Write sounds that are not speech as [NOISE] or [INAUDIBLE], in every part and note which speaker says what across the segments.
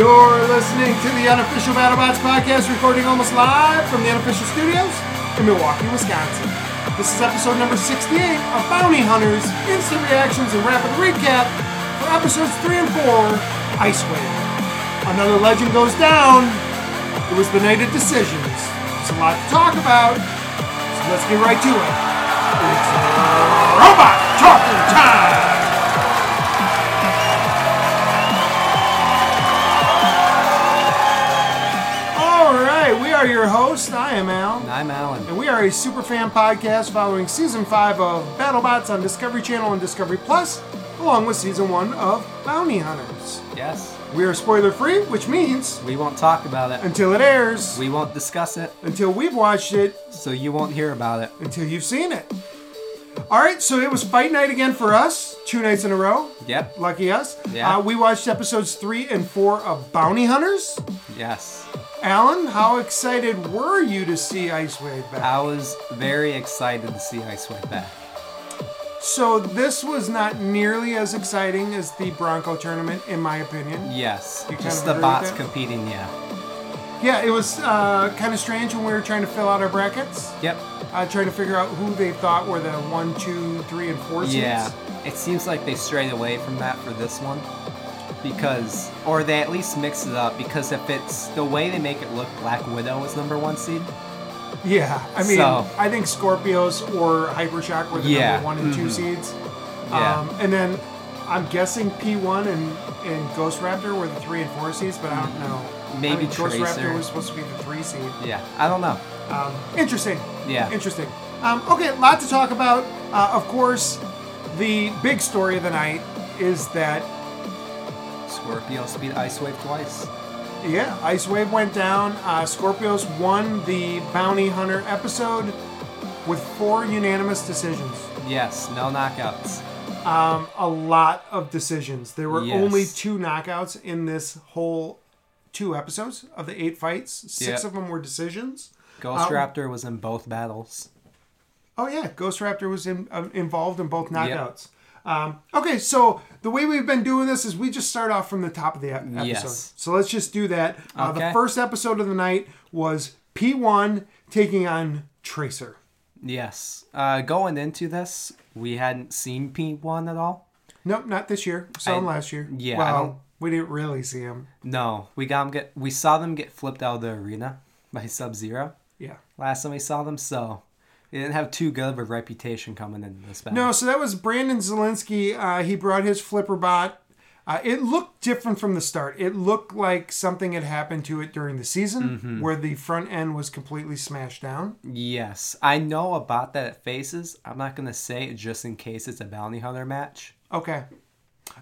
Speaker 1: You're listening to the unofficial BattleBots podcast, recording almost live from the unofficial studios in Milwaukee, Wisconsin. This is episode number 68 of Bounty Hunters Instant Reactions and Rapid Recap for episodes 3 and 4 Ice Wave. Another legend goes down. It was the night of decisions. There's a lot to talk about, so let's get right to it. It's Robot Talking Time! All right, we are your hosts. I am Al.
Speaker 2: I'm Alan.
Speaker 1: And we are a superfan podcast following season five of BattleBots on Discovery Channel and Discovery Plus, along with season one of Bounty Hunters.
Speaker 2: Yes,
Speaker 1: We are spoiler free, which means
Speaker 2: we won't talk about it.
Speaker 1: until it airs,
Speaker 2: We won't discuss it,
Speaker 1: until we've watched it,
Speaker 2: so you won't hear about it.
Speaker 1: until you've seen it. All right, so it was fight night again for us, two nights in a row.
Speaker 2: Yep.
Speaker 1: Lucky us.
Speaker 2: Yeah.
Speaker 1: Uh, we watched episodes three and four of Bounty Hunters.
Speaker 2: Yes.
Speaker 1: Alan, how excited were you to see Ice Wave back?
Speaker 2: I was very excited to see Ice Wave back.
Speaker 1: So this was not nearly as exciting as the Bronco tournament, in my opinion.
Speaker 2: Yes.
Speaker 1: You kind of
Speaker 2: Just the
Speaker 1: agree with
Speaker 2: bots
Speaker 1: that?
Speaker 2: competing, yeah.
Speaker 1: Yeah, it was uh, kind of strange when we were trying to fill out our brackets,
Speaker 2: Yep.
Speaker 1: uh, trying to figure out who they thought were the one, two, three, and four seeds.
Speaker 2: Yeah. It seems like they strayed away from that for this one. Because, or they at least mix it up, because if it's the way they make it look, Black Widow is number one seed.
Speaker 1: Yeah, I mean,
Speaker 2: So-
Speaker 1: I think Scorpios or Hypershock were the
Speaker 2: Yeah, Mm-hmm.
Speaker 1: number one and two seeds.
Speaker 2: Yeah.
Speaker 1: Um, and then I'm guessing P1 and, and Ghost Raptor were the three and four seeds, but I don't know. I
Speaker 2: Maybe
Speaker 1: mean, Ghost
Speaker 2: Tracer.
Speaker 1: Raptor was supposed to be the three seed.
Speaker 2: yeah. I don't know.
Speaker 1: Um, interesting.
Speaker 2: Yeah.
Speaker 1: Interesting. Um, okay, a lot to talk about. Uh, of course, the big story of the night is that,
Speaker 2: Scorpio speed Ice Wave twice.
Speaker 1: yeah, Ice Wave went down. Uh, Scorpios won the Bounty Hunter episode with four unanimous decisions.
Speaker 2: Yes. No knockouts.
Speaker 1: A lot of decisions. There were
Speaker 2: Yes.
Speaker 1: only two knockouts in this whole two episodes of the eight fights. Six
Speaker 2: Yeah.
Speaker 1: of them were decisions.
Speaker 2: Ghost Raptor was in both battles.
Speaker 1: Oh yeah, Ghost Raptor was in, um, involved in both knockouts. Um, okay, so the way we've been doing this is we just start off from the top of the ep- episode.
Speaker 2: Yes.
Speaker 1: So let's just do that. Uh, The
Speaker 2: Okay.
Speaker 1: first episode of the night was P1 taking on Tracer.
Speaker 2: Yes. Uh, going into this, we hadn't seen P1 at all.
Speaker 1: Nope, not this year. Saw him
Speaker 2: I-
Speaker 1: last year.
Speaker 2: yeah, I don't-
Speaker 1: Well, we didn't really see him.
Speaker 2: No, we got 'em get we saw them get flipped out of the arena by Sub Zero
Speaker 1: Yeah.
Speaker 2: last time we saw them. So they didn't have too good of a reputation coming into this battle.
Speaker 1: No, so that was Brandon Zelinsky. Uh, he brought his flipper bot. Uh, it looked different from the start. It looked like something had happened to it during the season, where the front end was completely smashed down.
Speaker 2: Yes, I know about that at Faces. I'm not gonna say it just in case it's a bounty hunter match.
Speaker 1: Okay.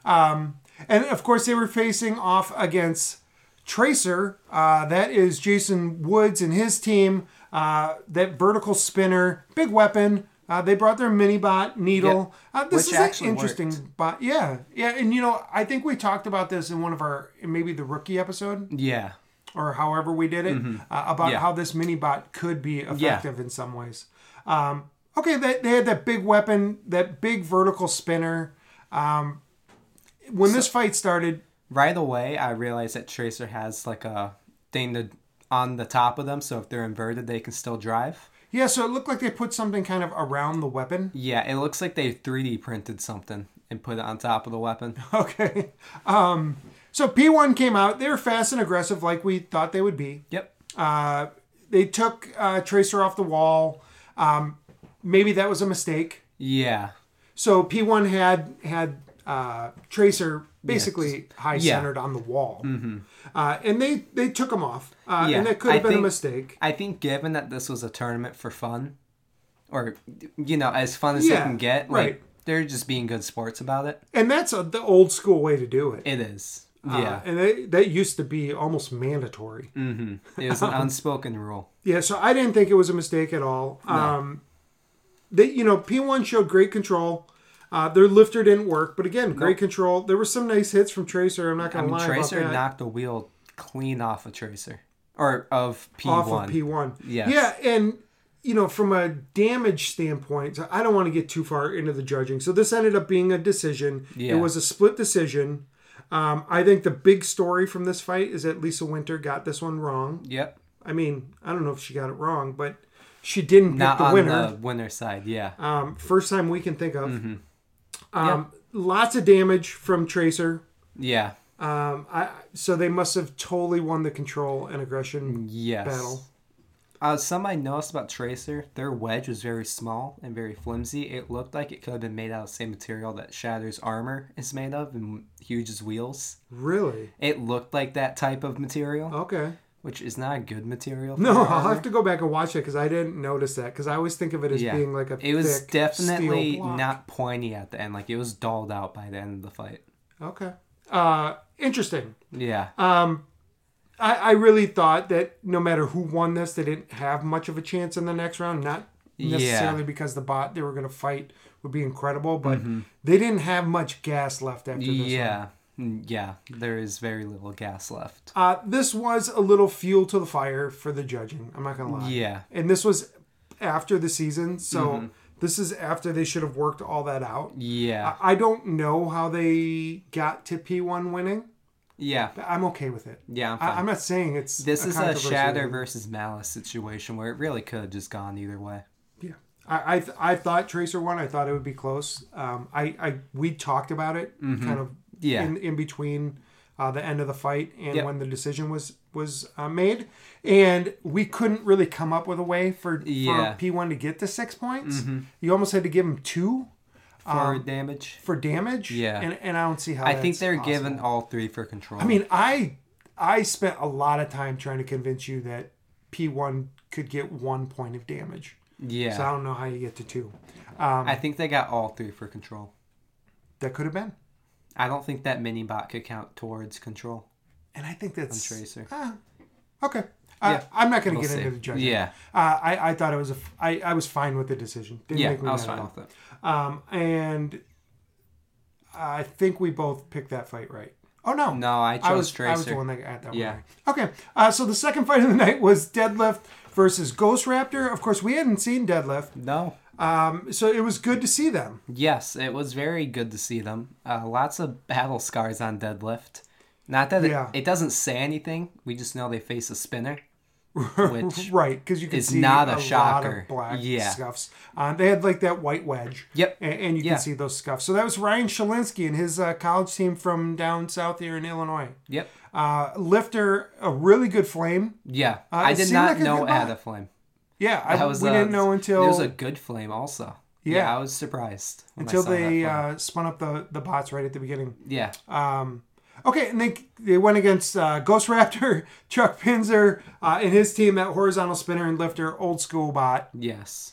Speaker 1: Um, and of course, they were facing off against Tracer. Uh, that is Jason Woods and his team. Uh, that vertical spinner, big weapon. Uh, they brought their mini bot needle. Uh, this
Speaker 2: Which
Speaker 1: is an
Speaker 2: actually
Speaker 1: interesting bot. Yeah, yeah. And you know, I think we talked about this in one of our maybe the rookie episode
Speaker 2: Yeah,
Speaker 1: or however we did it uh, about
Speaker 2: Yeah.
Speaker 1: how this mini bot could be effective in some ways. Um, okay, they, they had that big weapon, that big vertical spinner. Um, when this fight started,
Speaker 2: right away I realized that Tracer has like a thing to, on the top of them, so if they're inverted, they can still drive.
Speaker 1: yeah, so it looked like they put something kind of around the weapon. [LAUGHS]
Speaker 2: Yeah, it looks like they 3D printed something and put it on top of
Speaker 1: [LAUGHS]
Speaker 2: the weapon.
Speaker 1: Okay. Um, so P1 came out. They were fast and aggressive, like we thought they would be.
Speaker 2: Yep.
Speaker 1: Uh, they took uh, Tracer off the wall. Um, maybe that was a mistake.
Speaker 2: Yeah.
Speaker 1: So P1 had had uh, Tracer basically high centered on the wall, uh, and they they took him off, uh,
Speaker 2: Mm-hmm. Yeah,
Speaker 1: and that could have
Speaker 2: I
Speaker 1: been a
Speaker 2: think-
Speaker 1: mistake.
Speaker 2: I think given that this was a tournament for fun, or you know, as fun as
Speaker 1: Yeah,
Speaker 2: they can get, like
Speaker 1: right.
Speaker 2: they're just being good sports about it.
Speaker 1: And that's a, the old school way to do it.
Speaker 2: It is.
Speaker 1: Uh,
Speaker 2: Yeah. Mm.
Speaker 1: and they, that used to be almost mandatory.
Speaker 2: It
Speaker 1: [LAUGHS]
Speaker 2: was an unspoken rule.
Speaker 1: Yeah, so I didn't think it was a mistake at all. Um, they, you know, P1 showed great control. Uh, their lifter didn't work, but again, great control. There were some nice hits from Tracer. I'm not
Speaker 2: I
Speaker 1: going to
Speaker 2: mean,
Speaker 1: lie
Speaker 2: Tracer
Speaker 1: about that.
Speaker 2: knocked the wheel clean off of Tracer. Or of P
Speaker 1: off
Speaker 2: one.
Speaker 1: of P1.
Speaker 2: Yes.
Speaker 1: Yeah, and you know, from a damage standpoint, so I don't want to get too far into the judging. So this ended up being a decision.
Speaker 2: Yeah.
Speaker 1: It was a split decision. Um, I think the big story from this fight is that Lisa Winter got this one wrong.
Speaker 2: Yep.
Speaker 1: I mean, I don't know if she got it wrong, but she didn't pick
Speaker 2: Not
Speaker 1: the
Speaker 2: on
Speaker 1: winner.
Speaker 2: the Mm-hmm. winner side. Yeah.
Speaker 1: Um, first time we can think of. Um, Lots of damage from Tracer.
Speaker 2: yeah.
Speaker 1: Um, I, so they must have totally won the control and aggression
Speaker 2: Yes.
Speaker 1: battle.
Speaker 2: Uh, some I noticed about Tracer, their wedge was very small and very flimsy. It looked like it could have been made out of the same material that Shatter's armor is made of and Huge's wheels.
Speaker 1: Really?
Speaker 2: It looked like that type of material,
Speaker 1: Okay.
Speaker 2: which is not a good material. For
Speaker 1: Oh. No, [LAUGHS]
Speaker 2: armor.
Speaker 1: I'll have to go back and watch it because I didn't notice that because I always think of it as
Speaker 2: Yeah.
Speaker 1: being like a
Speaker 2: It was
Speaker 1: thick
Speaker 2: definitely
Speaker 1: steel block.
Speaker 2: not pointy at the end. Like it was dulled out by the end of the fight.
Speaker 1: okay. Uh, interesting.
Speaker 2: Yeah.
Speaker 1: I, I really thought that no matter who won this, they didn't have much of a chance in the next round. Not
Speaker 2: Yeah.
Speaker 1: necessarily because the bot they were going to fight would be incredible, but they didn't have much gas left after this. one.
Speaker 2: Mm-hmm. yeah. Mm, Yeah. There is very little gas left.
Speaker 1: Uh, this was a little fuel to the fire for the judging. I'm not gonna lie.
Speaker 2: Yeah. Mm-hmm.
Speaker 1: And this was after the season, so this is after they should have worked all that out.
Speaker 2: Yeah.
Speaker 1: I don't know how they got to P1 winning,
Speaker 2: Yeah.
Speaker 1: but I'm okay with it.
Speaker 2: Yeah. I'm fine.
Speaker 1: I, I'm not saying it's
Speaker 2: This is a
Speaker 1: controversy.
Speaker 2: Shatter versus Malice situation where it really could have just gone either way.
Speaker 1: Yeah, I I, th- I thought Tracer won. I thought it would be close. Um, I I we talked about it kind of
Speaker 2: Mm-hmm. Yeah.
Speaker 1: in, in between uh, the end of the fight and
Speaker 2: Yep.
Speaker 1: when the decision was was uh, made, and we couldn't really come up with a way for
Speaker 2: Yeah. Mm-hmm.
Speaker 1: for P one to get the six points. You almost had to give him two
Speaker 2: For damage,
Speaker 1: for damage.
Speaker 2: Yeah.
Speaker 1: and, and I don't see how.
Speaker 2: I think
Speaker 1: Um, that's
Speaker 2: they're
Speaker 1: possible.
Speaker 2: given all three for control.
Speaker 1: I mean, I I spent a lot of time trying to convince you that P one could get one point of damage.
Speaker 2: yeah,
Speaker 1: So um, I don't know how you get to two.
Speaker 2: I think they got all three for control.
Speaker 1: That could have been.
Speaker 2: I don't think that mini bot could count towards control.
Speaker 1: And I think that's
Speaker 2: Tracer.
Speaker 1: Ah, okay. I,
Speaker 2: Yeah.
Speaker 1: I'm not going to
Speaker 2: We'll
Speaker 1: get
Speaker 2: see.
Speaker 1: into the judging.
Speaker 2: Yeah.
Speaker 1: Uh, I, I thought it was a. f- I, I was fine with the decision. Didn't
Speaker 2: Yeah,
Speaker 1: make me
Speaker 2: I was
Speaker 1: mad at
Speaker 2: fine
Speaker 1: all.
Speaker 2: with it.
Speaker 1: Um, and I think we both picked that fight right. Oh no.
Speaker 2: No, I chose
Speaker 1: I was
Speaker 2: Tracer.
Speaker 1: I was the one that got that
Speaker 2: Yeah.
Speaker 1: one. Right. Okay. Uh, so the second [LAUGHS] fight of the night was Deadlift versus Ghost Raptor. Of course, we hadn't seen Deadlift,
Speaker 2: No.
Speaker 1: um, so it was good to see them.
Speaker 2: Yes, it was very good to see them. Uh, lots of battle scars on deadlift. Not that it-
Speaker 1: Yeah.
Speaker 2: it, doesn't say anything. We just know they face a spinner,
Speaker 1: [LAUGHS]
Speaker 2: which
Speaker 1: Right, because you can
Speaker 2: It's
Speaker 1: see
Speaker 2: not a
Speaker 1: a, lot
Speaker 2: shocker.
Speaker 1: of black
Speaker 2: Yeah.
Speaker 1: scuffs. Um, they had like that white wedge.
Speaker 2: Yep.
Speaker 1: a- And, you
Speaker 2: Yeah.
Speaker 1: can see those scuffs. So that was Ryan Shalinsky and his uh, college team from down south here in Illinois.
Speaker 2: yep,
Speaker 1: Uh, lifter, a really good flame.
Speaker 2: yeah. I
Speaker 1: Uh, it
Speaker 2: did
Speaker 1: seemed
Speaker 2: not
Speaker 1: like a
Speaker 2: know
Speaker 1: good
Speaker 2: it had
Speaker 1: bot.
Speaker 2: a flame.
Speaker 1: Yeah, I,
Speaker 2: That was
Speaker 1: we
Speaker 2: a,
Speaker 1: didn't know
Speaker 2: there
Speaker 1: until
Speaker 2: was a good flame also. Yeah,
Speaker 1: Yeah.
Speaker 2: I was surprised when I
Speaker 1: until
Speaker 2: saw that
Speaker 1: they
Speaker 2: flame.
Speaker 1: uh, spun up the the bots right at the beginning.
Speaker 2: yeah,
Speaker 1: Um, okay, and they they went against uh, Ghost Raptor, [LAUGHS] Chuck Pinzer, uh, and his team at horizontal spinner and lifter, old school bot.
Speaker 2: yes,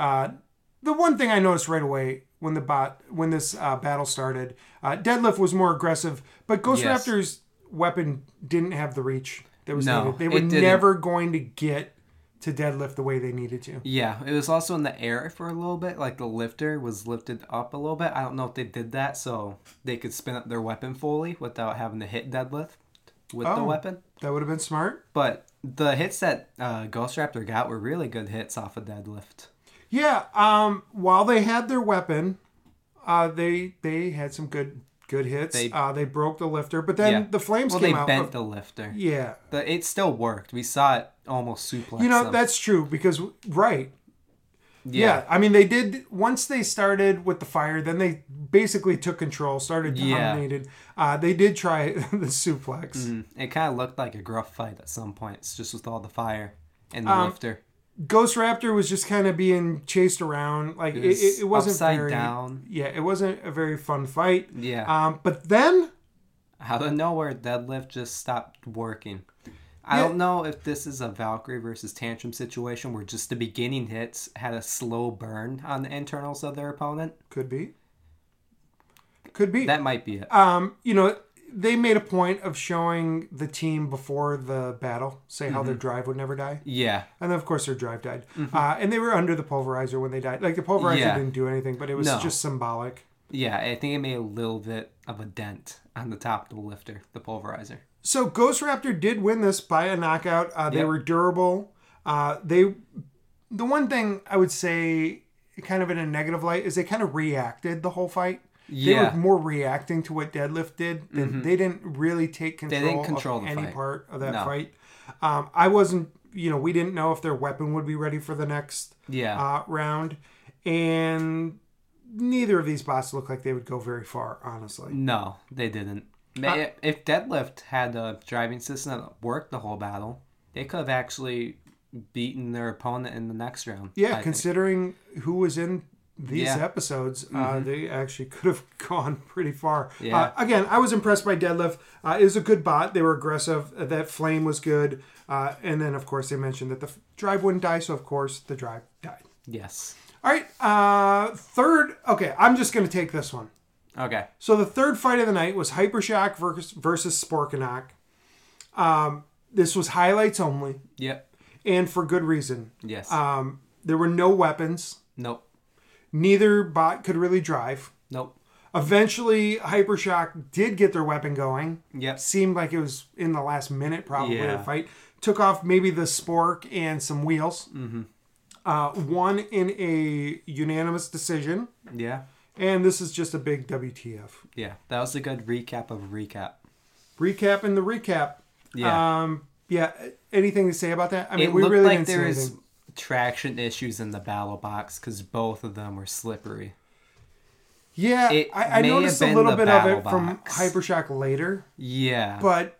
Speaker 1: the one thing I noticed right away when the bot when this uh, battle started, uh, deadlift was more aggressive, but Ghost
Speaker 2: Yes.
Speaker 1: Raptor's weapon didn't have the reach that was
Speaker 2: No,
Speaker 1: needed. They
Speaker 2: it
Speaker 1: were
Speaker 2: didn't.
Speaker 1: never going to get to deadlift the way they needed to.
Speaker 2: yeah. It was also in the air for a little bit. Like the lifter was lifted up a little bit. I don't know if they did that so they could spin up their weapon fully without having to hit deadlift with the
Speaker 1: Oh.
Speaker 2: weapon.
Speaker 1: That would have been smart.
Speaker 2: But the hits that uh, Ghost Raptor got were really good hits off of deadlift.
Speaker 1: Yeah. Um. While they had their weapon, uh, they they had some good good hits.
Speaker 2: They-
Speaker 1: uh, they broke the lifter, but then
Speaker 2: Yeah.
Speaker 1: the flames
Speaker 2: Well, they
Speaker 1: came out.
Speaker 2: bent the lifter.
Speaker 1: yeah.
Speaker 2: The, it still worked. We saw it almost suplex.
Speaker 1: You know
Speaker 2: them.
Speaker 1: that's true because right.
Speaker 2: yeah.
Speaker 1: Yeah. I mean they did once they started with the fire, then they basically took control, started
Speaker 2: Yeah. Mm-hmm.
Speaker 1: dominated. Uh, they did try [LAUGHS] the suplex.
Speaker 2: It kind of looked like a gruff fight at some points, just with all the fire and the
Speaker 1: Um,
Speaker 2: lifter.
Speaker 1: Ghost Raptor was just kind of being chased around, like it,
Speaker 2: was
Speaker 1: it, it wasn't
Speaker 2: upside
Speaker 1: very
Speaker 2: down.
Speaker 1: Yeah, it wasn't a very fun fight.
Speaker 2: Yeah.
Speaker 1: Um, but then
Speaker 2: out of nowhere deadlift just stopped working i
Speaker 1: Yeah.
Speaker 2: don't know if this is a valkyrie versus tantrum situation where just the beginning hits had a slow burn on the internals of their opponent
Speaker 1: could be, could be.
Speaker 2: that might be it
Speaker 1: um, you know, they made a point of showing the team before the battle, say how
Speaker 2: Mm-hmm.
Speaker 1: their drive would never die.
Speaker 2: yeah
Speaker 1: And then, of course, their drive died. Uh, and they were under the pulverizer when they died. Like, the pulverizer
Speaker 2: Mm-hmm. Yeah.
Speaker 1: didn't do anything, but it was
Speaker 2: No.
Speaker 1: just symbolic.
Speaker 2: yeah i think it made a little bit of a dent on the top of the lifter the pulverizer
Speaker 1: So, Ghost Raptor did win this by a knockout. Uh, they
Speaker 2: Yep.
Speaker 1: were durable. Uh, they, The one thing I would say, kind of in a negative light, is they kind of reacted the whole fight. They
Speaker 2: Yeah. Mm-hmm.
Speaker 1: were more reacting to what Deadlift did. Than, They didn't really take control,
Speaker 2: didn't control
Speaker 1: of
Speaker 2: the
Speaker 1: any
Speaker 2: fight.
Speaker 1: part of that
Speaker 2: No.
Speaker 1: fight. Um, I wasn't, you know, we didn't know if their weapon would be ready for the next
Speaker 2: Yeah.
Speaker 1: uh, round, and neither of these bots looked like they would go very far, honestly.
Speaker 2: no, they didn't. Ma- if Deadlift had a driving system that worked the whole battle, they could have actually beaten their opponent in the next round.
Speaker 1: Yeah,
Speaker 2: I think.
Speaker 1: considering who was in these
Speaker 2: Yeah. Mm-hmm.
Speaker 1: episodes, uh, they actually could have [LAUGHS] gone pretty far.
Speaker 2: Yeah.
Speaker 1: Uh, again, I was impressed by Deadlift. Uh, it was a good bot. They were aggressive. Uh, That flame was good. Uh, and then, of course, they mentioned that the f- drive wouldn't die, so of course the drive died.
Speaker 2: Yes.
Speaker 1: All right. Uh, third. Okay, I'm just going to take this one.
Speaker 2: Okay.
Speaker 1: So the third fight of the night was Hypershock versus, versus Sporkanak. Um, this was highlights only,
Speaker 2: Yep.
Speaker 1: and for good reason.
Speaker 2: Yes.
Speaker 1: Um, there were no weapons.
Speaker 2: nope.
Speaker 1: Neither bot could really drive.
Speaker 2: Nope.
Speaker 1: Eventually, Hypershock did get their weapon going.
Speaker 2: Yep.
Speaker 1: Seemed like it was in the last minute, probably, of the
Speaker 2: Yeah.
Speaker 1: fight. Took off maybe the spork and some wheels. Mm-hmm. Uh, won in a unanimous decision.
Speaker 2: Yeah.
Speaker 1: And this is just a big WTF.
Speaker 2: Yeah. That was a good recap of a recap.
Speaker 1: Recap and the recap.
Speaker 2: Yeah.
Speaker 1: Um, yeah. Anything to say about that? I mean,
Speaker 2: it
Speaker 1: we
Speaker 2: looked
Speaker 1: really
Speaker 2: like
Speaker 1: didn't see
Speaker 2: there was
Speaker 1: anything.
Speaker 2: traction issues in the battle box because both of them were slippery.
Speaker 1: Yeah,
Speaker 2: it
Speaker 1: I, I
Speaker 2: may have
Speaker 1: noticed a
Speaker 2: been
Speaker 1: little
Speaker 2: the
Speaker 1: bit of
Speaker 2: battle
Speaker 1: it from
Speaker 2: box.
Speaker 1: Hypershock later,
Speaker 2: Yeah.
Speaker 1: but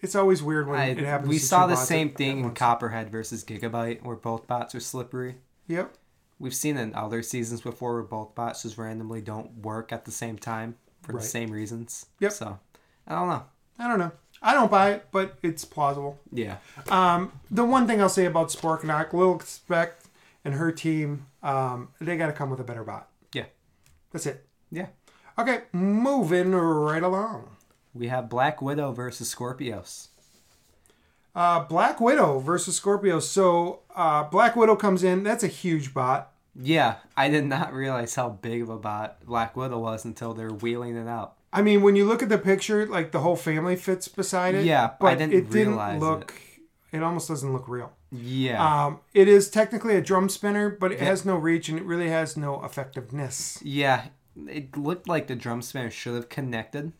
Speaker 1: it's always weird when
Speaker 2: I-
Speaker 1: it happens.
Speaker 2: we
Speaker 1: to
Speaker 2: saw
Speaker 1: two
Speaker 2: the
Speaker 1: bots at-
Speaker 2: same
Speaker 1: at
Speaker 2: thing in
Speaker 1: once.
Speaker 2: Copperhead versus Gigabyte, where both bots are slippery.
Speaker 1: Yep.
Speaker 2: We've seen in other seasons before where both bots just randomly don't work at the same time for
Speaker 1: Right.
Speaker 2: the same reasons.
Speaker 1: Yep.
Speaker 2: So, I don't know.
Speaker 1: I don't know. I don't buy it, but it's plausible.
Speaker 2: Yeah.
Speaker 1: Um, the one thing I'll say about Sporknock, Lil Spec and her team, um, they got to come with a better bot.
Speaker 2: Yeah.
Speaker 1: That's it.
Speaker 2: Yeah.
Speaker 1: Okay, moving right along.
Speaker 2: We have Black Widow versus Scorpios.
Speaker 1: Uh, Black Widow versus Scorpio. So uh, Black Widow comes in. That's a huge bot.
Speaker 2: Yeah, I did not realize how big of a bot Black Widow was until they were wheeling it out.
Speaker 1: I mean, when you look at the picture, like the whole family fits beside it.
Speaker 2: Yeah, I
Speaker 1: but
Speaker 2: didn't
Speaker 1: it didn't
Speaker 2: realize
Speaker 1: look. It. almost doesn't look real.
Speaker 2: Yeah.
Speaker 1: Um, it is technically a drum spinner, but it has no reach and it really has no effectiveness.
Speaker 2: yeah. It looked like the drum spinner should have connected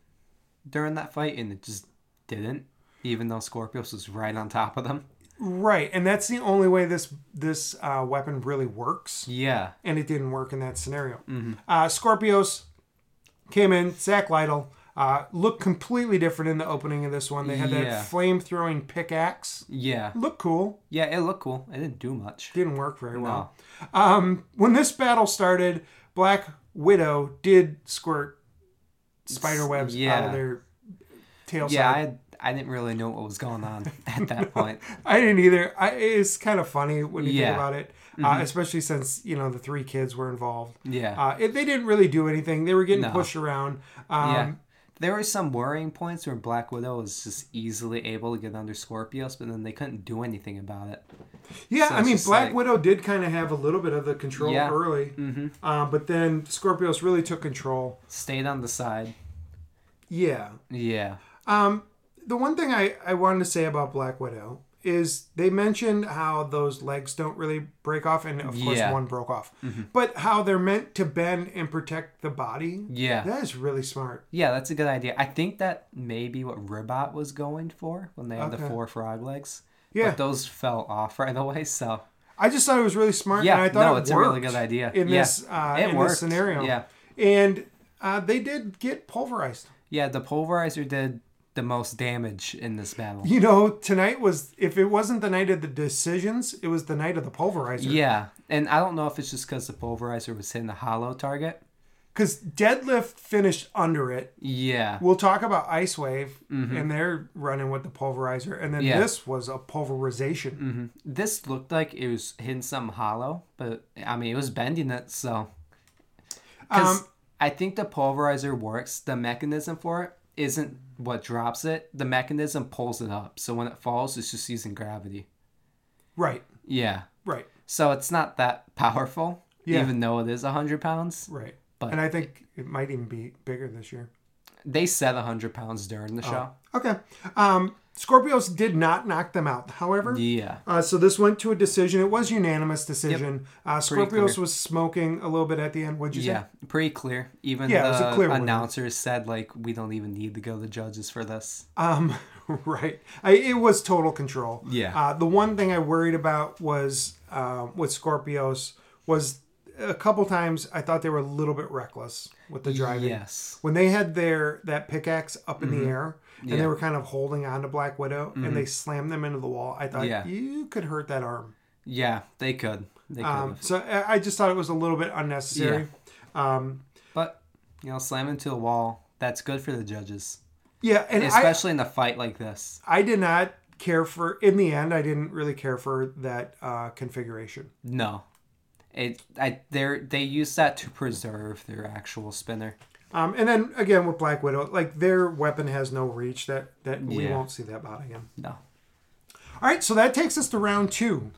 Speaker 2: during that fight, and it just didn't, even though Scorpios was right on top of them.
Speaker 1: Right, and that's the only way this this uh, weapon really works,
Speaker 2: Yeah.
Speaker 1: and it didn't work in that scenario.
Speaker 2: Mm-hmm.
Speaker 1: Uh, Scorpios came in. Zach Lytle uh, looked completely different in the opening of this one. They had
Speaker 2: Yeah.
Speaker 1: that flame throwing pickaxe.
Speaker 2: Yeah.
Speaker 1: Looked cool.
Speaker 2: Yeah, it looked cool. It didn't do much.
Speaker 1: Didn't work very well.
Speaker 2: No.
Speaker 1: Um, when this battle started, Black Widow did squirt spider webs out
Speaker 2: yeah.
Speaker 1: of their tail.
Speaker 2: Yeah,
Speaker 1: side.
Speaker 2: I I didn't really know what was going
Speaker 1: [LAUGHS]
Speaker 2: on at that point.
Speaker 1: I didn't either. I, it's kind of funny when you think
Speaker 2: Yeah. Mm-hmm.
Speaker 1: about it, uh, especially since you know the three kids were involved.
Speaker 2: Yeah.
Speaker 1: Uh, it, they didn't really do anything. They were getting
Speaker 2: No.
Speaker 1: pushed around. Um,
Speaker 2: yeah. There were some worrying points where Black Widow was just easily able to get under Scorpios, but then they couldn't do anything about it.
Speaker 1: Yeah,
Speaker 2: So
Speaker 1: I
Speaker 2: it's
Speaker 1: mean,
Speaker 2: just
Speaker 1: Black
Speaker 2: like-
Speaker 1: Widow did kind of have a little bit of the control
Speaker 2: Yeah. Mm-hmm.
Speaker 1: early, uh, but then Scorpios really took control.
Speaker 2: Stayed on the side.
Speaker 1: Yeah.
Speaker 2: Yeah.
Speaker 1: Um, the one thing I, I wanted to say about Black Widow is they mentioned how those legs don't really break off, and of course,
Speaker 2: Yeah. Mm-hmm.
Speaker 1: one broke off, but how they're meant to bend and protect the body.
Speaker 2: Yeah.
Speaker 1: That is really smart.
Speaker 2: Yeah, that's a good idea. I think that may be what Ribot was going for when they had
Speaker 1: Okay.
Speaker 2: the four frog legs.
Speaker 1: Yeah.
Speaker 2: But those fell off right away, so
Speaker 1: I just thought it was really smart.
Speaker 2: Yeah,
Speaker 1: and I thought
Speaker 2: no,
Speaker 1: it
Speaker 2: it's a really
Speaker 1: worked
Speaker 2: good idea.
Speaker 1: in
Speaker 2: Yeah.
Speaker 1: this uh,
Speaker 2: It
Speaker 1: in
Speaker 2: worked.
Speaker 1: this scenario.
Speaker 2: Yeah.
Speaker 1: and uh, they did get pulverized. [LAUGHS]
Speaker 2: yeah, the pulverizer did the most damage in this battle.
Speaker 1: You know, tonight was if it wasn't the night of the decisions, it was the night of the pulverizer.
Speaker 2: Yeah, and I don't know if it's just because the pulverizer was hitting a hollow target.
Speaker 1: because deadlift finished under it.
Speaker 2: Yeah,
Speaker 1: We'll talk about Ice Wave, and they're running with the pulverizer, and then
Speaker 2: Mm-hmm. Yeah. Mm-hmm.
Speaker 1: this was a pulverization.
Speaker 2: this looked like it was hitting something hollow, but I mean it was bending it. So, 'Cause
Speaker 1: Um,
Speaker 2: I think the pulverizer works. The mechanism for it isn't what drops it. The mechanism pulls it up. So when it falls, it's just using gravity.
Speaker 1: Right,
Speaker 2: Yeah.
Speaker 1: right,
Speaker 2: So it's not that powerful,
Speaker 1: Yeah.
Speaker 2: even though it is hundred pounds.
Speaker 1: right.
Speaker 2: But-
Speaker 1: and I think it might even be bigger this year. Oh.
Speaker 2: They said hundred pounds during the show.
Speaker 1: Okay. Um, Scorpios did not knock them out, however.
Speaker 2: Yeah.
Speaker 1: Uh, so this went to a decision. It was unanimous decision. Uh,
Speaker 2: Pretty
Speaker 1: Scorpios
Speaker 2: clear.
Speaker 1: was smoking a little bit at the end. What'd you
Speaker 2: Yeah, pretty clear. Even
Speaker 1: Yeah, it was a
Speaker 2: the
Speaker 1: clear winner.
Speaker 2: announcers said like we don't even need to go to judges for this.
Speaker 1: say? Um, [LAUGHS] right. I, it was total control.
Speaker 2: Yeah.
Speaker 1: Uh, the one thing I worried about was uh, with Scorpios was a couple times I thought they were a little bit reckless with the driving.
Speaker 2: Yes.
Speaker 1: when they had their that pickaxe up in
Speaker 2: Mm-hmm.
Speaker 1: the air and they were kind of holding on to Black Widow and they slammed them into the wall, I thought
Speaker 2: Yeah.
Speaker 1: you could hurt that arm.
Speaker 2: Yeah, they could. They could.
Speaker 1: Um,
Speaker 2: have
Speaker 1: so I I just thought it was a little bit unnecessary. Um,
Speaker 2: but you know, slam into a wall. That's good for the judges,
Speaker 1: yeah, and I,
Speaker 2: especially in a fight like this.
Speaker 1: I did not care for. In the end, I didn't really care for that uh, configuration.
Speaker 2: No, it. I. They. They use that to preserve their actual spinner.
Speaker 1: Um, and then again with Black Widow, like their weapon has no reach. That that we
Speaker 2: Yeah.
Speaker 1: won't see that bot again.
Speaker 2: No.
Speaker 1: All right, so that takes us to round two.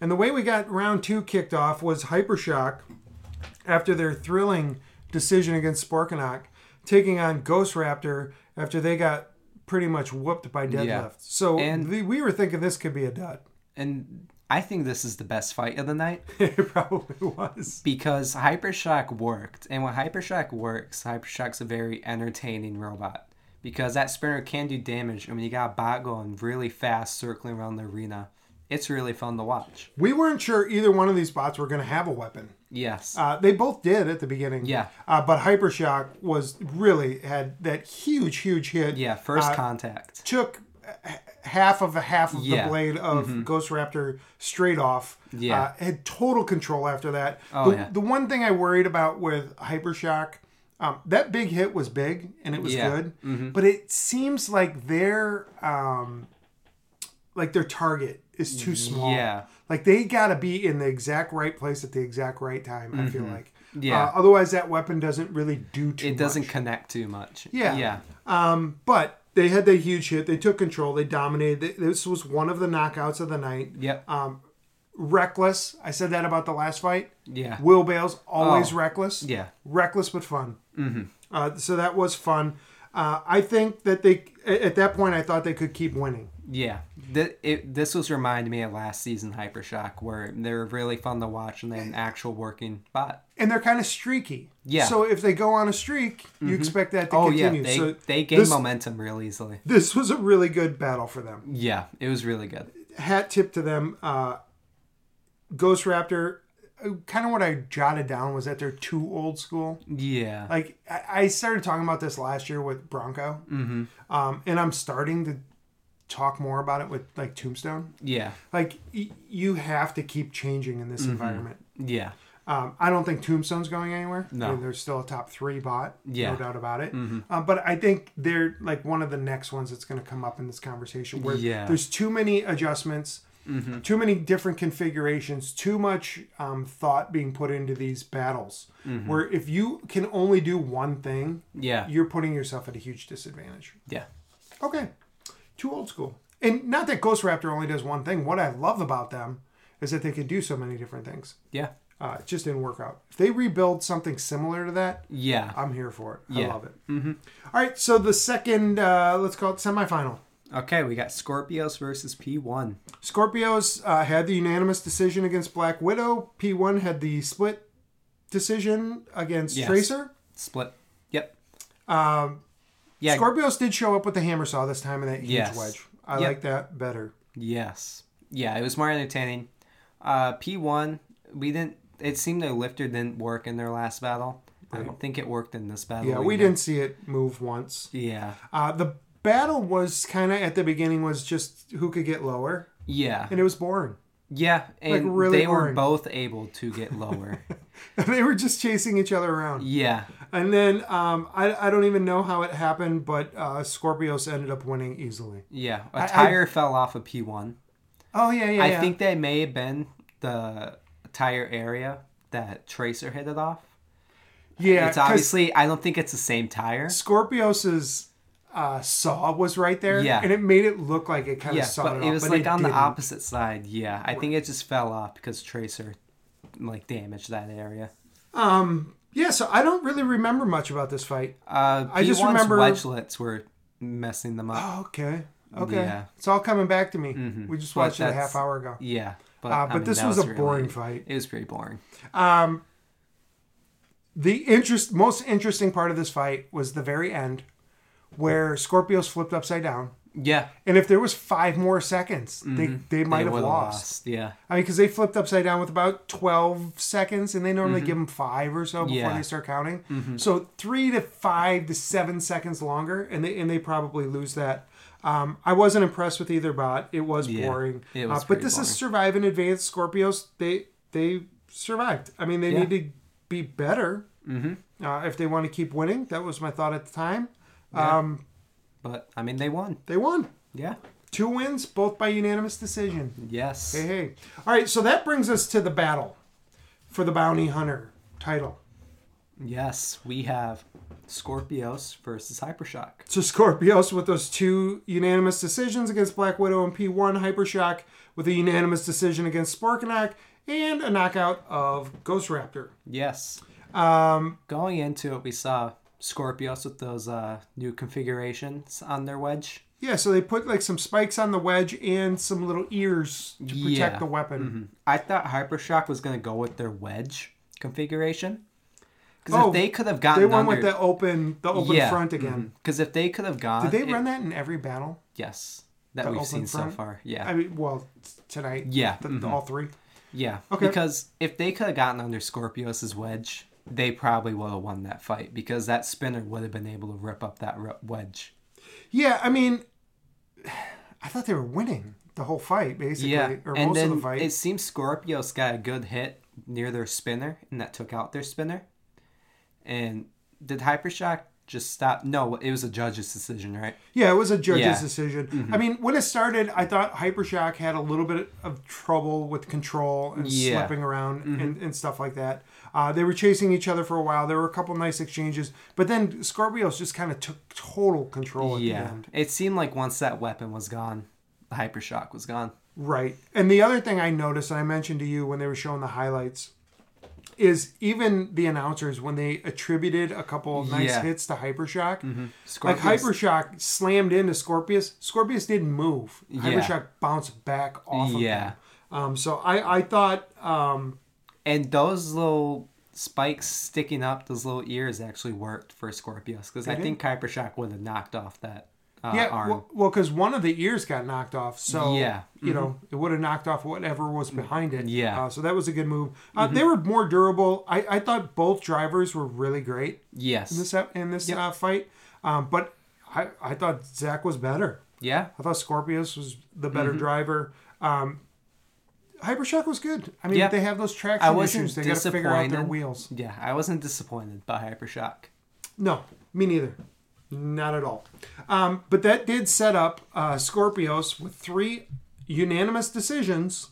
Speaker 1: And the way we got round two kicked off was Hypershock, after their thrilling decision against Sporkinok, taking on Ghost Raptor after they got pretty much whooped by Deadlift.
Speaker 2: Yeah.
Speaker 1: So
Speaker 2: And-
Speaker 1: the, we were thinking this could be a dud. [LAUGHS]
Speaker 2: And I think this is the best fight of the night [LAUGHS]
Speaker 1: it probably was.
Speaker 2: because Hypershock worked. And when Hypershock works, Hypershock's a very entertaining robot because that spinner can do damage. And when you got a bot going really fast, circling around the arena, it's really fun to watch.
Speaker 1: We weren't sure either one of these bots were going to have a weapon.
Speaker 2: Yes.
Speaker 1: Uh, they both did at the beginning.
Speaker 2: Yeah.
Speaker 1: Uh, but Hypershock was really had that huge, huge hit.
Speaker 2: yeah. First
Speaker 1: uh,
Speaker 2: contact.
Speaker 1: took h- half of a half of
Speaker 2: Yeah. Mm-hmm.
Speaker 1: the blade of Ghost Raptor straight off.
Speaker 2: Yeah.
Speaker 1: Uh, had total control after that.
Speaker 2: Oh,
Speaker 1: the,
Speaker 2: yeah.
Speaker 1: the one thing I worried about with Hypershock, um, that big hit was big and it was
Speaker 2: Yeah. Mm-hmm.
Speaker 1: good, but it seems like their um, like their target is too small.
Speaker 2: Yeah.
Speaker 1: Like they gotta be in the exact right place at the exact right time. I feel like.
Speaker 2: Mm-hmm. Yeah.
Speaker 1: Uh, otherwise, that weapon doesn't really do too.
Speaker 2: It
Speaker 1: much.
Speaker 2: doesn't connect too much.
Speaker 1: Yeah.
Speaker 2: Yeah.
Speaker 1: Um, but they had that huge hit. They took control. They dominated. Th- This was one of the knockouts of the night.
Speaker 2: Yep.
Speaker 1: Reckless. I said that about the last fight.
Speaker 2: yeah. Oh.
Speaker 1: Will Bales always reckless.
Speaker 2: Yeah.
Speaker 1: Reckless but fun. Mm-hmm. Uh, so that was fun. Uh, I think that they a- at that point I thought they could keep winning.
Speaker 2: Yeah, Th- it, this was reminding me of last season Hypershock, where they're really fun to watch and they had an actual working bot.
Speaker 1: And they're kind of streaky.
Speaker 2: Yeah.
Speaker 1: So if they go on a streak, you expect that to
Speaker 2: Oh yeah,
Speaker 1: continue.
Speaker 2: they
Speaker 1: so
Speaker 2: they gain
Speaker 1: this-
Speaker 2: momentum real easily.
Speaker 1: This was a really good battle for them.
Speaker 2: Yeah, it was really good.
Speaker 1: hat tip to them. Uh, Ghost Raptor, kind of what I jotted down was that they're too old school.
Speaker 2: Yeah,
Speaker 1: Like I I started talking about this last year with Bronco, mm-hmm. um, and I'm starting to talk more about it with like Tombstone.
Speaker 2: yeah,
Speaker 1: Like y- you have to keep changing in this environment.
Speaker 2: yeah,
Speaker 1: Um, I don't think Tombstone's going anywhere.
Speaker 2: No.
Speaker 1: I mean, they're still a top three bot.
Speaker 2: Yeah. Mm-hmm.
Speaker 1: No doubt about it. Uh, but I think they're like one of the next ones that's going to come up in this conversation where
Speaker 2: Yeah. Mm-hmm.
Speaker 1: there's too many adjustments, too many different configurations, too much um, thought being put into these battles.
Speaker 2: Mm-hmm.
Speaker 1: Where if you can only do one thing,
Speaker 2: yeah,
Speaker 1: you're putting yourself at a huge disadvantage.
Speaker 2: yeah,
Speaker 1: Okay. Too old school. And not that Ghost Raptor only does one thing. What I love about them is that they can do so many different things
Speaker 2: yeah,
Speaker 1: uh, it just didn't work out. If they rebuild something similar to that,
Speaker 2: yeah.
Speaker 1: I'm here for it. I
Speaker 2: Yeah.
Speaker 1: love it. Mm-hmm. right, so the second, uh, let's call it semifinal.
Speaker 2: Okay, we got Scorpios versus P1.
Speaker 1: Scorpios uh, had the unanimous decision against Black Widow. P1 had the split decision against
Speaker 2: Yes.
Speaker 1: Tracer.
Speaker 2: Split. Yep. Um. Yeah.
Speaker 1: Scorpios did show up with the hammer saw this time and that huge
Speaker 2: Yes.
Speaker 1: wedge. I
Speaker 2: Yep.
Speaker 1: like that better.
Speaker 2: Yes. Yeah, it was more entertaining. Uh, P1, we didn't. It seemed their lifter didn't work in their last battle. I don't think it worked in this battle.
Speaker 1: Uh-huh. Yeah, we
Speaker 2: either.
Speaker 1: didn't see it move once.
Speaker 2: Yeah.
Speaker 1: Uh, the battle was kind of at the beginning was just who could get lower,
Speaker 2: Yeah.
Speaker 1: and it was boring. [LAUGHS]
Speaker 2: Yeah. And
Speaker 1: really
Speaker 2: they were
Speaker 1: boring.
Speaker 2: both able to get
Speaker 1: [LAUGHS]
Speaker 2: lower.
Speaker 1: they were just chasing each other around.
Speaker 2: yeah.
Speaker 1: And then um, I, I don't even know how it happened, but uh, Scorpios ended up winning easily.
Speaker 2: Yeah. A tire fell off of P1.
Speaker 1: Oh yeah, yeah.
Speaker 2: I
Speaker 1: yeah.
Speaker 2: think that may have been the tire area that Tracer hit it off.
Speaker 1: yeah,
Speaker 2: it's
Speaker 1: 'cause
Speaker 2: obviously, I don't think it's the same tire.
Speaker 1: Scorpios's uh, saw was right there.
Speaker 2: Yeah.
Speaker 1: and it made it look like it kind of
Speaker 2: Yeah,
Speaker 1: sawed
Speaker 2: but
Speaker 1: it
Speaker 2: it
Speaker 1: off,
Speaker 2: was
Speaker 1: but
Speaker 2: like
Speaker 1: it
Speaker 2: on the
Speaker 1: didn't.
Speaker 2: opposite side. Yeah, I think it just fell off because Tracer like damaged that area.
Speaker 1: Um, Yeah, so I don't really remember much about this fight.
Speaker 2: Uh,
Speaker 1: I just
Speaker 2: P1's
Speaker 1: remember- [GASPS]
Speaker 2: wedgelets were messing them up.
Speaker 1: Oh, Okay, Okay,
Speaker 2: Yeah.
Speaker 1: it's all coming back to me. We just
Speaker 2: But
Speaker 1: watched it a
Speaker 2: that's-
Speaker 1: half hour ago.
Speaker 2: Yeah, but
Speaker 1: Uh,
Speaker 2: I
Speaker 1: but
Speaker 2: mean,
Speaker 1: this
Speaker 2: that
Speaker 1: was a
Speaker 2: really-
Speaker 1: boring fight.
Speaker 2: It was pretty boring.
Speaker 1: The interest, most interesting part of this fight was the very end, where Scorpio's flipped upside down.
Speaker 2: Yeah,
Speaker 1: And if there was five more seconds, they they might
Speaker 2: Mm-hmm. they
Speaker 1: have
Speaker 2: would've
Speaker 1: lost.
Speaker 2: Yeah,
Speaker 1: I mean, because they flipped upside down with about 12 seconds, and they normally give 'em give them five or so before
Speaker 2: Mm-hmm. Yeah. Mm-hmm.
Speaker 1: they start counting. So three to five to seven seconds longer, and they and they probably lose that. Um, I wasn't impressed with either bot. It was
Speaker 2: Yeah,
Speaker 1: boring. Uh,
Speaker 2: it was
Speaker 1: but
Speaker 2: pretty
Speaker 1: this
Speaker 2: boring.
Speaker 1: is survive and advance. Scorpios they they survived. I mean, they
Speaker 2: Yeah. Mm-hmm.
Speaker 1: need to be better uh, if they want to keep winning. That was my thought at the time. Um,
Speaker 2: but I mean they won.
Speaker 1: they won
Speaker 2: Yeah.
Speaker 1: two wins, both by unanimous decision.
Speaker 2: Yes.
Speaker 1: Hey, hey. All right, so that brings us to the battle for the bounty hunter title.
Speaker 2: Yes, we have Scorpios versus Hypershock.
Speaker 1: So Scorpios with those two unanimous decisions against Black Widow and P1 Hypershock with a unanimous decision against Sporkanak and a knockout of Ghost Raptor.
Speaker 2: Yes. Um, going into it, we saw Scorpios with those uh, new configurations on their wedge.
Speaker 1: Yeah, so they put like some spikes on the wedge and some little ears to protect
Speaker 2: Yeah. Mm-hmm.
Speaker 1: the weapon.
Speaker 2: I thought Hypershock was going to go with their wedge configuration because
Speaker 1: Oh,
Speaker 2: if they could have
Speaker 1: They
Speaker 2: gotten
Speaker 1: went
Speaker 2: under,
Speaker 1: with the open the open
Speaker 2: Yeah,
Speaker 1: front again.
Speaker 2: because if they could have gone,
Speaker 1: Did they
Speaker 2: it-
Speaker 1: run that in every battle?
Speaker 2: Yes, that
Speaker 1: The
Speaker 2: we've
Speaker 1: open
Speaker 2: seen
Speaker 1: front?
Speaker 2: so far. Yeah,
Speaker 1: I mean, well, t- tonight.
Speaker 2: Yeah,
Speaker 1: the,
Speaker 2: Mm-hmm.
Speaker 1: the- all three.
Speaker 2: yeah.
Speaker 1: Okay.
Speaker 2: Because if they could have gotten under Scorpios' wedge, they probably would have won that fight because that spinner would have been able to rip up that re- wedge.
Speaker 1: Yeah, I mean, [SIGHS] I thought they were winning the whole fight, basically,
Speaker 2: Yeah,
Speaker 1: or
Speaker 2: and
Speaker 1: most
Speaker 2: then
Speaker 1: of the fight.
Speaker 2: it seems Scorpios got a good hit near their spinner, and that took out their spinner. And did Hypershock just stop? No, it was a judge's decision, right?
Speaker 1: yeah, it was a judge's
Speaker 2: Yeah. Mm-hmm.
Speaker 1: decision. I mean, when it started, I thought Hypershock had a little bit of trouble with control and
Speaker 2: Yeah. Mm-hmm.
Speaker 1: slipping around and, and stuff like that. Uh, they were chasing each other for a while. There were a couple nice exchanges, but then Scorpios just kind of took total control at the
Speaker 2: Yeah,
Speaker 1: end.
Speaker 2: it seemed like once that weapon was gone, Hypershock was gone.
Speaker 1: Right. And the other thing I noticed, and I mentioned to you when they were showing the highlights, is even the announcers, when they attributed a couple of nice
Speaker 2: Yeah. Mm-hmm.
Speaker 1: hits to Hypershock,
Speaker 2: Scorpios,
Speaker 1: Like Hypershock slammed into Scorpius. Scorpius didn't move. Hypershock bounced back off of
Speaker 2: Yeah.
Speaker 1: him. Um, so I, I thought um,
Speaker 2: and those little spikes sticking up, those little ears actually worked for Scorpios because I think Hypershock would have knocked off that uh,
Speaker 1: yeah
Speaker 2: arm.
Speaker 1: well- well because one of the ears got knocked off so
Speaker 2: Yeah. Mm-hmm.
Speaker 1: you know it would have knocked off whatever was behind it
Speaker 2: Yeah. Mm-hmm.
Speaker 1: uh, so that was a good move uh, they were more durable I, I thought both drivers were really great
Speaker 2: yes.
Speaker 1: in this ep- in this uh, fight um, but I, I thought Zach was better
Speaker 2: yeah.
Speaker 1: I thought Scorpius was the better
Speaker 2: Mm-hmm.
Speaker 1: driver. Um, Hypershock was good. I mean,
Speaker 2: Yeah.
Speaker 1: they have those
Speaker 2: I
Speaker 1: traction
Speaker 2: wasn't
Speaker 1: issues. They got to figure out their
Speaker 2: disappointed.
Speaker 1: wheels.
Speaker 2: Yeah, I wasn't disappointed by Hypershock.
Speaker 1: No, me neither. Not at all. Um, but that did set up uh, Scorpios with three unanimous decisions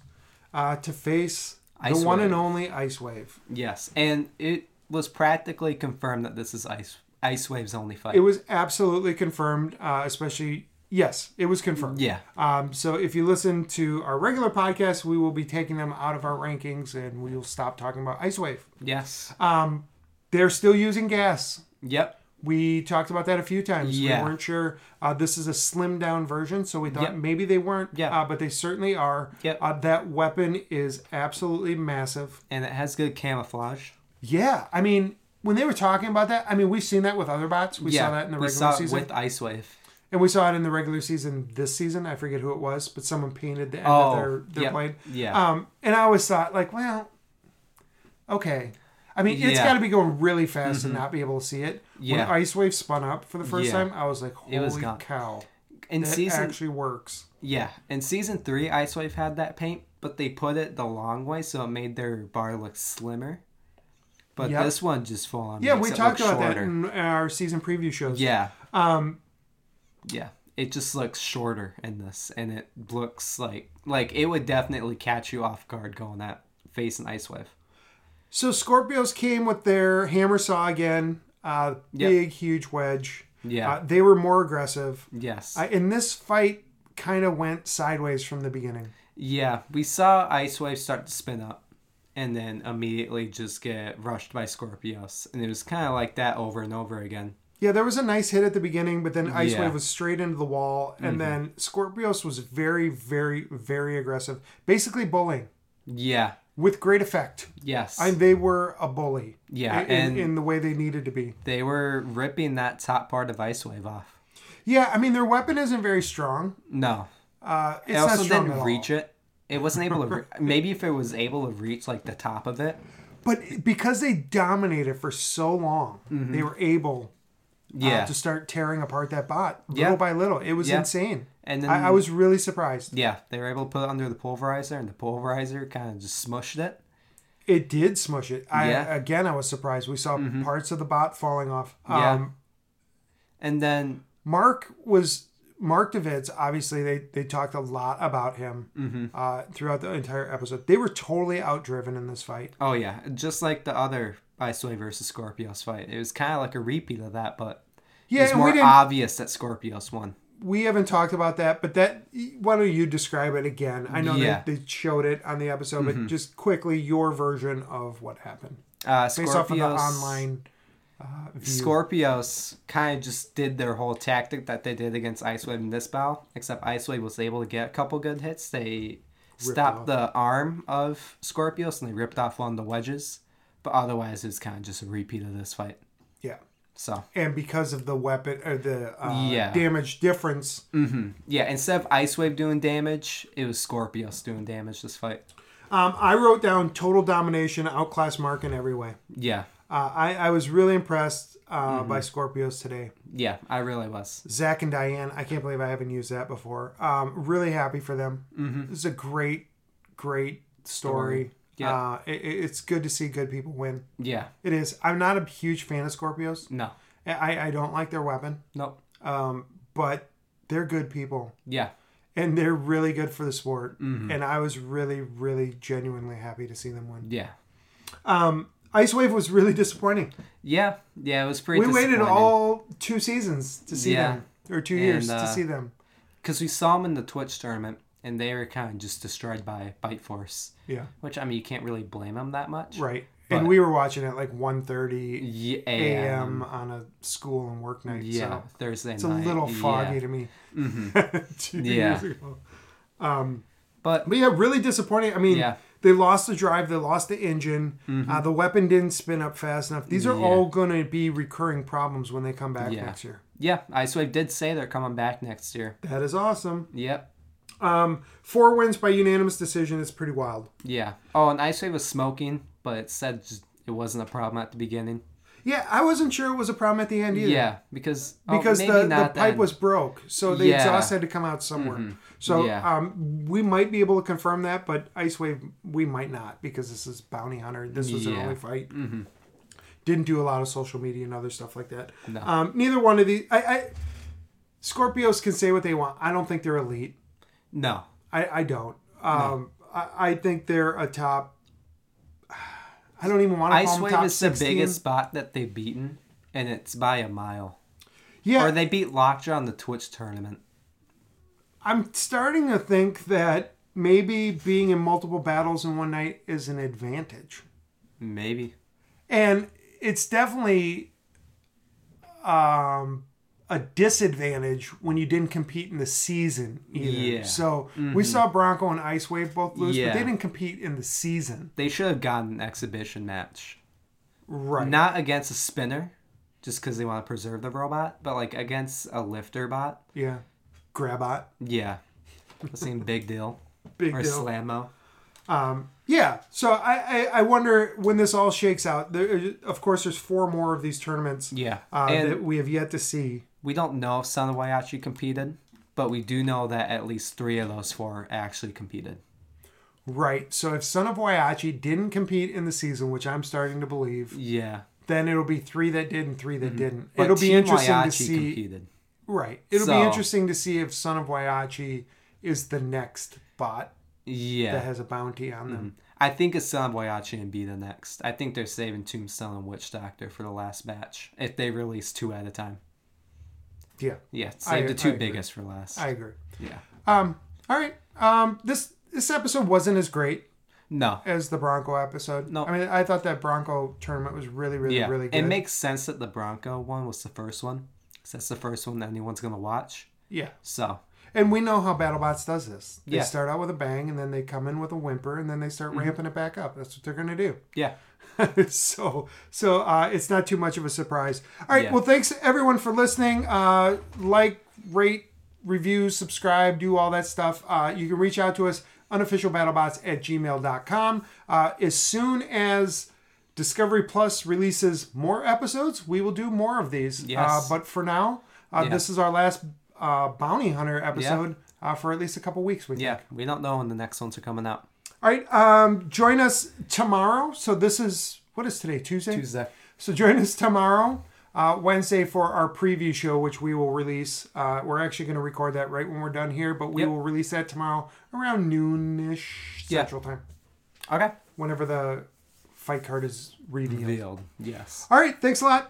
Speaker 1: uh, to face
Speaker 2: Ice
Speaker 1: the one
Speaker 2: Wave.
Speaker 1: and only Ice Wave.
Speaker 2: Yes, and it was practically confirmed that this is Ice Ice Wave's only fight.
Speaker 1: It was absolutely confirmed, uh, especially. Yes, it was confirmed.
Speaker 2: yeah,
Speaker 1: Um, so if you listen to our regular podcast, we will be taking them out of our rankings and we will stop talking about Ice Wave.
Speaker 2: yes,
Speaker 1: Uh, They're still using gas.
Speaker 2: yep,
Speaker 1: We talked about that a few times.
Speaker 2: Yeah.
Speaker 1: We weren't sure. Uh, this is a slimmed down version, so we thought
Speaker 2: Yep.
Speaker 1: maybe they weren't,
Speaker 2: Yep.
Speaker 1: uh, but they certainly are.
Speaker 2: Yep.
Speaker 1: Uh, that weapon is absolutely massive.
Speaker 2: and it has good camouflage.
Speaker 1: Yeah, I mean, when they were talking about that, I mean, we've seen that with other bots. We
Speaker 2: yeah,
Speaker 1: saw that in the
Speaker 2: we
Speaker 1: regular
Speaker 2: saw
Speaker 1: season.
Speaker 2: it with Ice Wave.
Speaker 1: And we saw it in the regular season this season. I forget who it was, but someone painted the end
Speaker 2: Oh,
Speaker 1: of their, their
Speaker 2: yep,
Speaker 1: plane.
Speaker 2: yeah.
Speaker 1: Um, and I always thought, like, well, okay. I mean, it's
Speaker 2: Yeah. Mm-hmm.
Speaker 1: got to be going really fast to not be able to see it. When
Speaker 2: Yeah.
Speaker 1: Ice Wave spun up for the first
Speaker 2: Yeah.
Speaker 1: time, I was like, holy
Speaker 2: It was gone.
Speaker 1: cow.
Speaker 2: In
Speaker 1: That
Speaker 2: season,
Speaker 1: actually works.
Speaker 2: yeah, in season three, Ice Wave had that paint, but they put it the long way, so it made their bar look slimmer. But
Speaker 1: Yep.
Speaker 2: this one just full on.
Speaker 1: Yeah,
Speaker 2: makes
Speaker 1: we
Speaker 2: it
Speaker 1: talked
Speaker 2: look
Speaker 1: about that
Speaker 2: shorter.
Speaker 1: in our season preview shows.
Speaker 2: Yeah. Um. Yeah, it just looks shorter in this, and it looks like like it would definitely catch you off guard going that face and ice wave.
Speaker 1: So Scorpios came with their hammer saw again. Uh,
Speaker 2: Yep.
Speaker 1: Big, huge wedge.
Speaker 2: Yeah.
Speaker 1: Uh, they were more aggressive.
Speaker 2: Yes.
Speaker 1: Uh, and this fight kind of went sideways from the beginning.
Speaker 2: yeah, we saw ice wave start to spin up, and then immediately just get rushed by Scorpios, and it was kind of like that over and over again.
Speaker 1: Yeah, there was a nice hit at the beginning, but then Ice
Speaker 2: Yeah. Mm-hmm.
Speaker 1: Wave was straight into the wall, and then Scorpios was very, very, very aggressive, basically bullying
Speaker 2: Yeah.
Speaker 1: with great effect.
Speaker 2: Yes.
Speaker 1: And they were a bully.
Speaker 2: Yeah,
Speaker 1: in, in-
Speaker 2: and-
Speaker 1: in the way they needed to be.
Speaker 2: they were ripping that top part of Ice Wave off.
Speaker 1: Yeah, I mean their weapon isn't very strong.
Speaker 2: No.
Speaker 1: Uh, it's
Speaker 2: It
Speaker 1: not
Speaker 2: also
Speaker 1: strong
Speaker 2: didn't
Speaker 1: at
Speaker 2: reach
Speaker 1: all.
Speaker 2: it. It wasn't
Speaker 1: [LAUGHS]
Speaker 2: able to. Re- Maybe if it was able to reach like the top of it.
Speaker 1: But because they dominated for so long, they were able uh,
Speaker 2: Mm-hmm. Yeah.
Speaker 1: to start tearing apart that bot
Speaker 2: Yeah.
Speaker 1: little by little. It was
Speaker 2: Yeah.
Speaker 1: insane.
Speaker 2: and then
Speaker 1: I, I was really surprised.
Speaker 2: yeah, they were able to put it under the pulverizer, and the pulverizer kind of just smushed it.
Speaker 1: It did smush it. I
Speaker 2: Yeah. Mm-hmm.
Speaker 1: again, I was surprised. We saw parts of the bot falling off.
Speaker 2: Yeah.
Speaker 1: Um,
Speaker 2: And then
Speaker 1: Mark was Mark Davids. Obviously, they they talked a lot about him
Speaker 2: Mm-hmm.
Speaker 1: uh, throughout the entire episode. They were totally outdriven in this fight.
Speaker 2: oh yeah, just like the other Ice Wave versus Scorpios fight, it was kind of like a repeat of that, but
Speaker 1: Yeah,
Speaker 2: it's
Speaker 1: and we
Speaker 2: more
Speaker 1: didn't.
Speaker 2: obvious that Scorpios won.
Speaker 1: we haven't talked about that, but that. Why don't you describe it again? I know
Speaker 2: Yeah. Mm-hmm.
Speaker 1: they, they showed it on the episode, but just quickly your version of what happened
Speaker 2: Uh,
Speaker 1: based off of the
Speaker 2: Scorpios-
Speaker 1: online. uh,
Speaker 2: Scorpios kind of just did their whole tactic that they did against Ice Wave in this bout, except Ice Wave was able to get a couple good hits. They
Speaker 1: off.
Speaker 2: stopped the arm of Scorpios and they ripped off one of the wedges, but otherwise it was kind of just a repeat of this fight.
Speaker 1: Yeah,
Speaker 2: So
Speaker 1: and because of the weapon or the uh,
Speaker 2: Yeah.
Speaker 1: damage difference,
Speaker 2: yeah, instead of Ice Wave doing damage, it was Scorpios doing damage this fight.
Speaker 1: um, I wrote down total domination, outclass Mark in every way.
Speaker 2: Yeah,
Speaker 1: Uh, I, I was really impressed uh, by Scorpios today.
Speaker 2: yeah, I really was.
Speaker 1: Zach and Diane, I can't believe I haven't used that before. Um, really happy for them. This is a great, great story.
Speaker 2: Yeah.
Speaker 1: Uh, it, it- it's good to see good people win.
Speaker 2: Yeah,
Speaker 1: It is. I'm not a huge fan of Scorpios.
Speaker 2: no,
Speaker 1: I, I don't like their weapon,
Speaker 2: nope,
Speaker 1: um, but they're good people
Speaker 2: yeah,
Speaker 1: and they're really good for the sport. And I was really, really genuinely happy to see them win.
Speaker 2: yeah.
Speaker 1: Um, Ice Wave was really disappointing.
Speaker 2: Yeah, yeah, it was pretty.
Speaker 1: We waited
Speaker 2: disappointing.
Speaker 1: all two seasons to see
Speaker 2: Yeah.
Speaker 1: them, or two
Speaker 2: And,
Speaker 1: years
Speaker 2: uh,
Speaker 1: to see them.
Speaker 2: because we saw them in the Twitch tournament, and they were kind of just destroyed by Bite Force,
Speaker 1: Yeah.
Speaker 2: which I mean you can't really blame them that much.
Speaker 1: Right.
Speaker 2: But-
Speaker 1: and we were watching at like 1.30
Speaker 2: Yeah.
Speaker 1: a.m. on a school and work night.
Speaker 2: Yeah.
Speaker 1: So
Speaker 2: Thursday
Speaker 1: it's a
Speaker 2: night.
Speaker 1: little
Speaker 2: yeah. Mm-hmm.
Speaker 1: foggy to me. [LAUGHS] Two
Speaker 2: Yeah.
Speaker 1: years ago.
Speaker 2: But
Speaker 1: But yeah, really disappointing. I mean,
Speaker 2: Yeah. Mm-hmm.
Speaker 1: they lost the drive. They lost the engine. Uh, the weapon didn't spin up fast enough. These are
Speaker 2: Yeah.
Speaker 1: all going to be recurring problems when they come back
Speaker 2: Yeah.
Speaker 1: next year.
Speaker 2: yeah, Ice Wave did say they're coming back next year.
Speaker 1: That is awesome.
Speaker 2: Yep.
Speaker 1: Um, four wins by unanimous decision is pretty wild.
Speaker 2: Yeah. Oh, and Ice Wave was smoking, but it said just- it wasn't a problem at the beginning.
Speaker 1: Yeah, I wasn't sure it was a problem at the end
Speaker 2: Yeah,
Speaker 1: either.
Speaker 2: because oh,
Speaker 1: because
Speaker 2: maybe
Speaker 1: the, the
Speaker 2: not
Speaker 1: pipe
Speaker 2: then.
Speaker 1: was broke, so the
Speaker 2: Yeah. Mm-hmm.
Speaker 1: exhaust had to come out somewhere. So
Speaker 2: Yeah.
Speaker 1: um, we might be able to confirm that, but Ice Wave we might not because this is Bounty Hunter. This was an
Speaker 2: Yeah. Mm-hmm.
Speaker 1: only fight. Didn't do a lot of social media and other stuff like that.
Speaker 2: No.
Speaker 1: Um, neither one of these, I, I Scorpios can say what they want. I don't think they're elite.
Speaker 2: no.
Speaker 1: I, I don't. Um, I, I think they're a top. I don't even want to call
Speaker 2: Ice
Speaker 1: them
Speaker 2: Wave
Speaker 1: top
Speaker 2: is the
Speaker 1: 16.
Speaker 2: biggest spot that they've beaten, and it's by a mile.
Speaker 1: Yeah,
Speaker 2: Or they beat Lockjaw in the Twitch tournament.
Speaker 1: I'm starting to think that maybe being in multiple battles in one night is an advantage.
Speaker 2: Maybe.
Speaker 1: And it's definitely um, a disadvantage when you didn't compete in the season either.
Speaker 2: Yeah. Mm-hmm.
Speaker 1: So we saw Bronco and Ice Wave both lose,
Speaker 2: Yeah.
Speaker 1: but they didn't compete in the season.
Speaker 2: They should have gotten an exhibition match.
Speaker 1: Right.
Speaker 2: Not against a spinner, just because they want to preserve the robot, but like against a lifter bot.
Speaker 1: yeah. Grabot.
Speaker 2: Yeah. [LAUGHS] The same big deal.
Speaker 1: Big
Speaker 2: or
Speaker 1: deal.
Speaker 2: Slammo.
Speaker 1: Um, yeah, so I, I, I wonder when this all shakes out. There, of course, there's four more of these tournaments
Speaker 2: Yeah.
Speaker 1: uh,
Speaker 2: and
Speaker 1: that we have yet to see.
Speaker 2: we don't know if Son of Waiachi competed, but we do know that at least three of those four actually competed.
Speaker 1: Right. So if Son of Waiachi didn't compete in the season, which I'm starting to believe,
Speaker 2: Yeah.
Speaker 1: then it'll be three that did and three that didn't.
Speaker 2: Mm-hmm. But
Speaker 1: it'll be
Speaker 2: Team
Speaker 1: interesting to
Speaker 2: Waiachi
Speaker 1: see.
Speaker 2: competed.
Speaker 1: Right. It'll be
Speaker 2: So-
Speaker 1: interesting to see if Son of Waiachi is the next bot
Speaker 2: Yeah.
Speaker 1: that has a bounty on them.
Speaker 2: I think it's Son of Boyachi and Be the next. I think they're saving Tombstone and Witch Doctor for the last batch if they release two at a time.
Speaker 1: Yeah,
Speaker 2: Yeah,
Speaker 1: I-
Speaker 2: save the two
Speaker 1: I agree.
Speaker 2: biggest for last.
Speaker 1: I agree.
Speaker 2: Mm-hmm. yeah.
Speaker 1: Um, all right. Um, this this episode wasn't as great.
Speaker 2: No.
Speaker 1: as the Bronco episode.
Speaker 2: No.
Speaker 1: I mean I thought that Bronco tournament was really, really,
Speaker 2: Yeah.
Speaker 1: really good.
Speaker 2: it makes sense that the Bronco one was the first one. 'cause that's the first one that anyone's going to watch.
Speaker 1: yeah,
Speaker 2: So,
Speaker 1: and we know how BattleBots does this. They
Speaker 2: Yeah.
Speaker 1: start out with a bang, and then they come in with a whimper, and then they start ramping it back up. That's what they're gonna do.
Speaker 2: yeah.
Speaker 1: [LAUGHS] so so uh, it's not too much of a surprise. All right.
Speaker 2: Yeah.
Speaker 1: Well, thanks everyone for listening. Uh, like, rate, review, subscribe, do all that stuff. Uh, you can reach out to us unofficialbattlebots at gmail.com. Uh, as soon as Discovery Plus releases more episodes, we will do more of these.
Speaker 2: Yes.
Speaker 1: Uh, but for now, uh,
Speaker 2: Yeah.
Speaker 1: this is our last uh, Bounty Hunter episode uh, for at least a couple weeks. We think.
Speaker 2: Yeah. We don't know when the next ones are coming out.
Speaker 1: All right. Um, join us tomorrow. So this is what is today? Tuesday.
Speaker 2: Tuesday.
Speaker 1: So join us tomorrow, uh, Wednesday, for our preview show, which we will release. Uh, we're actually going to record that right when we're done here, but we
Speaker 2: Yep.
Speaker 1: will release that tomorrow around noonish
Speaker 2: Yeah.
Speaker 1: Central Time,
Speaker 2: Okay.
Speaker 1: whenever the fight card is revealed.
Speaker 2: Revealed. Yes.
Speaker 1: All right. Thanks a lot.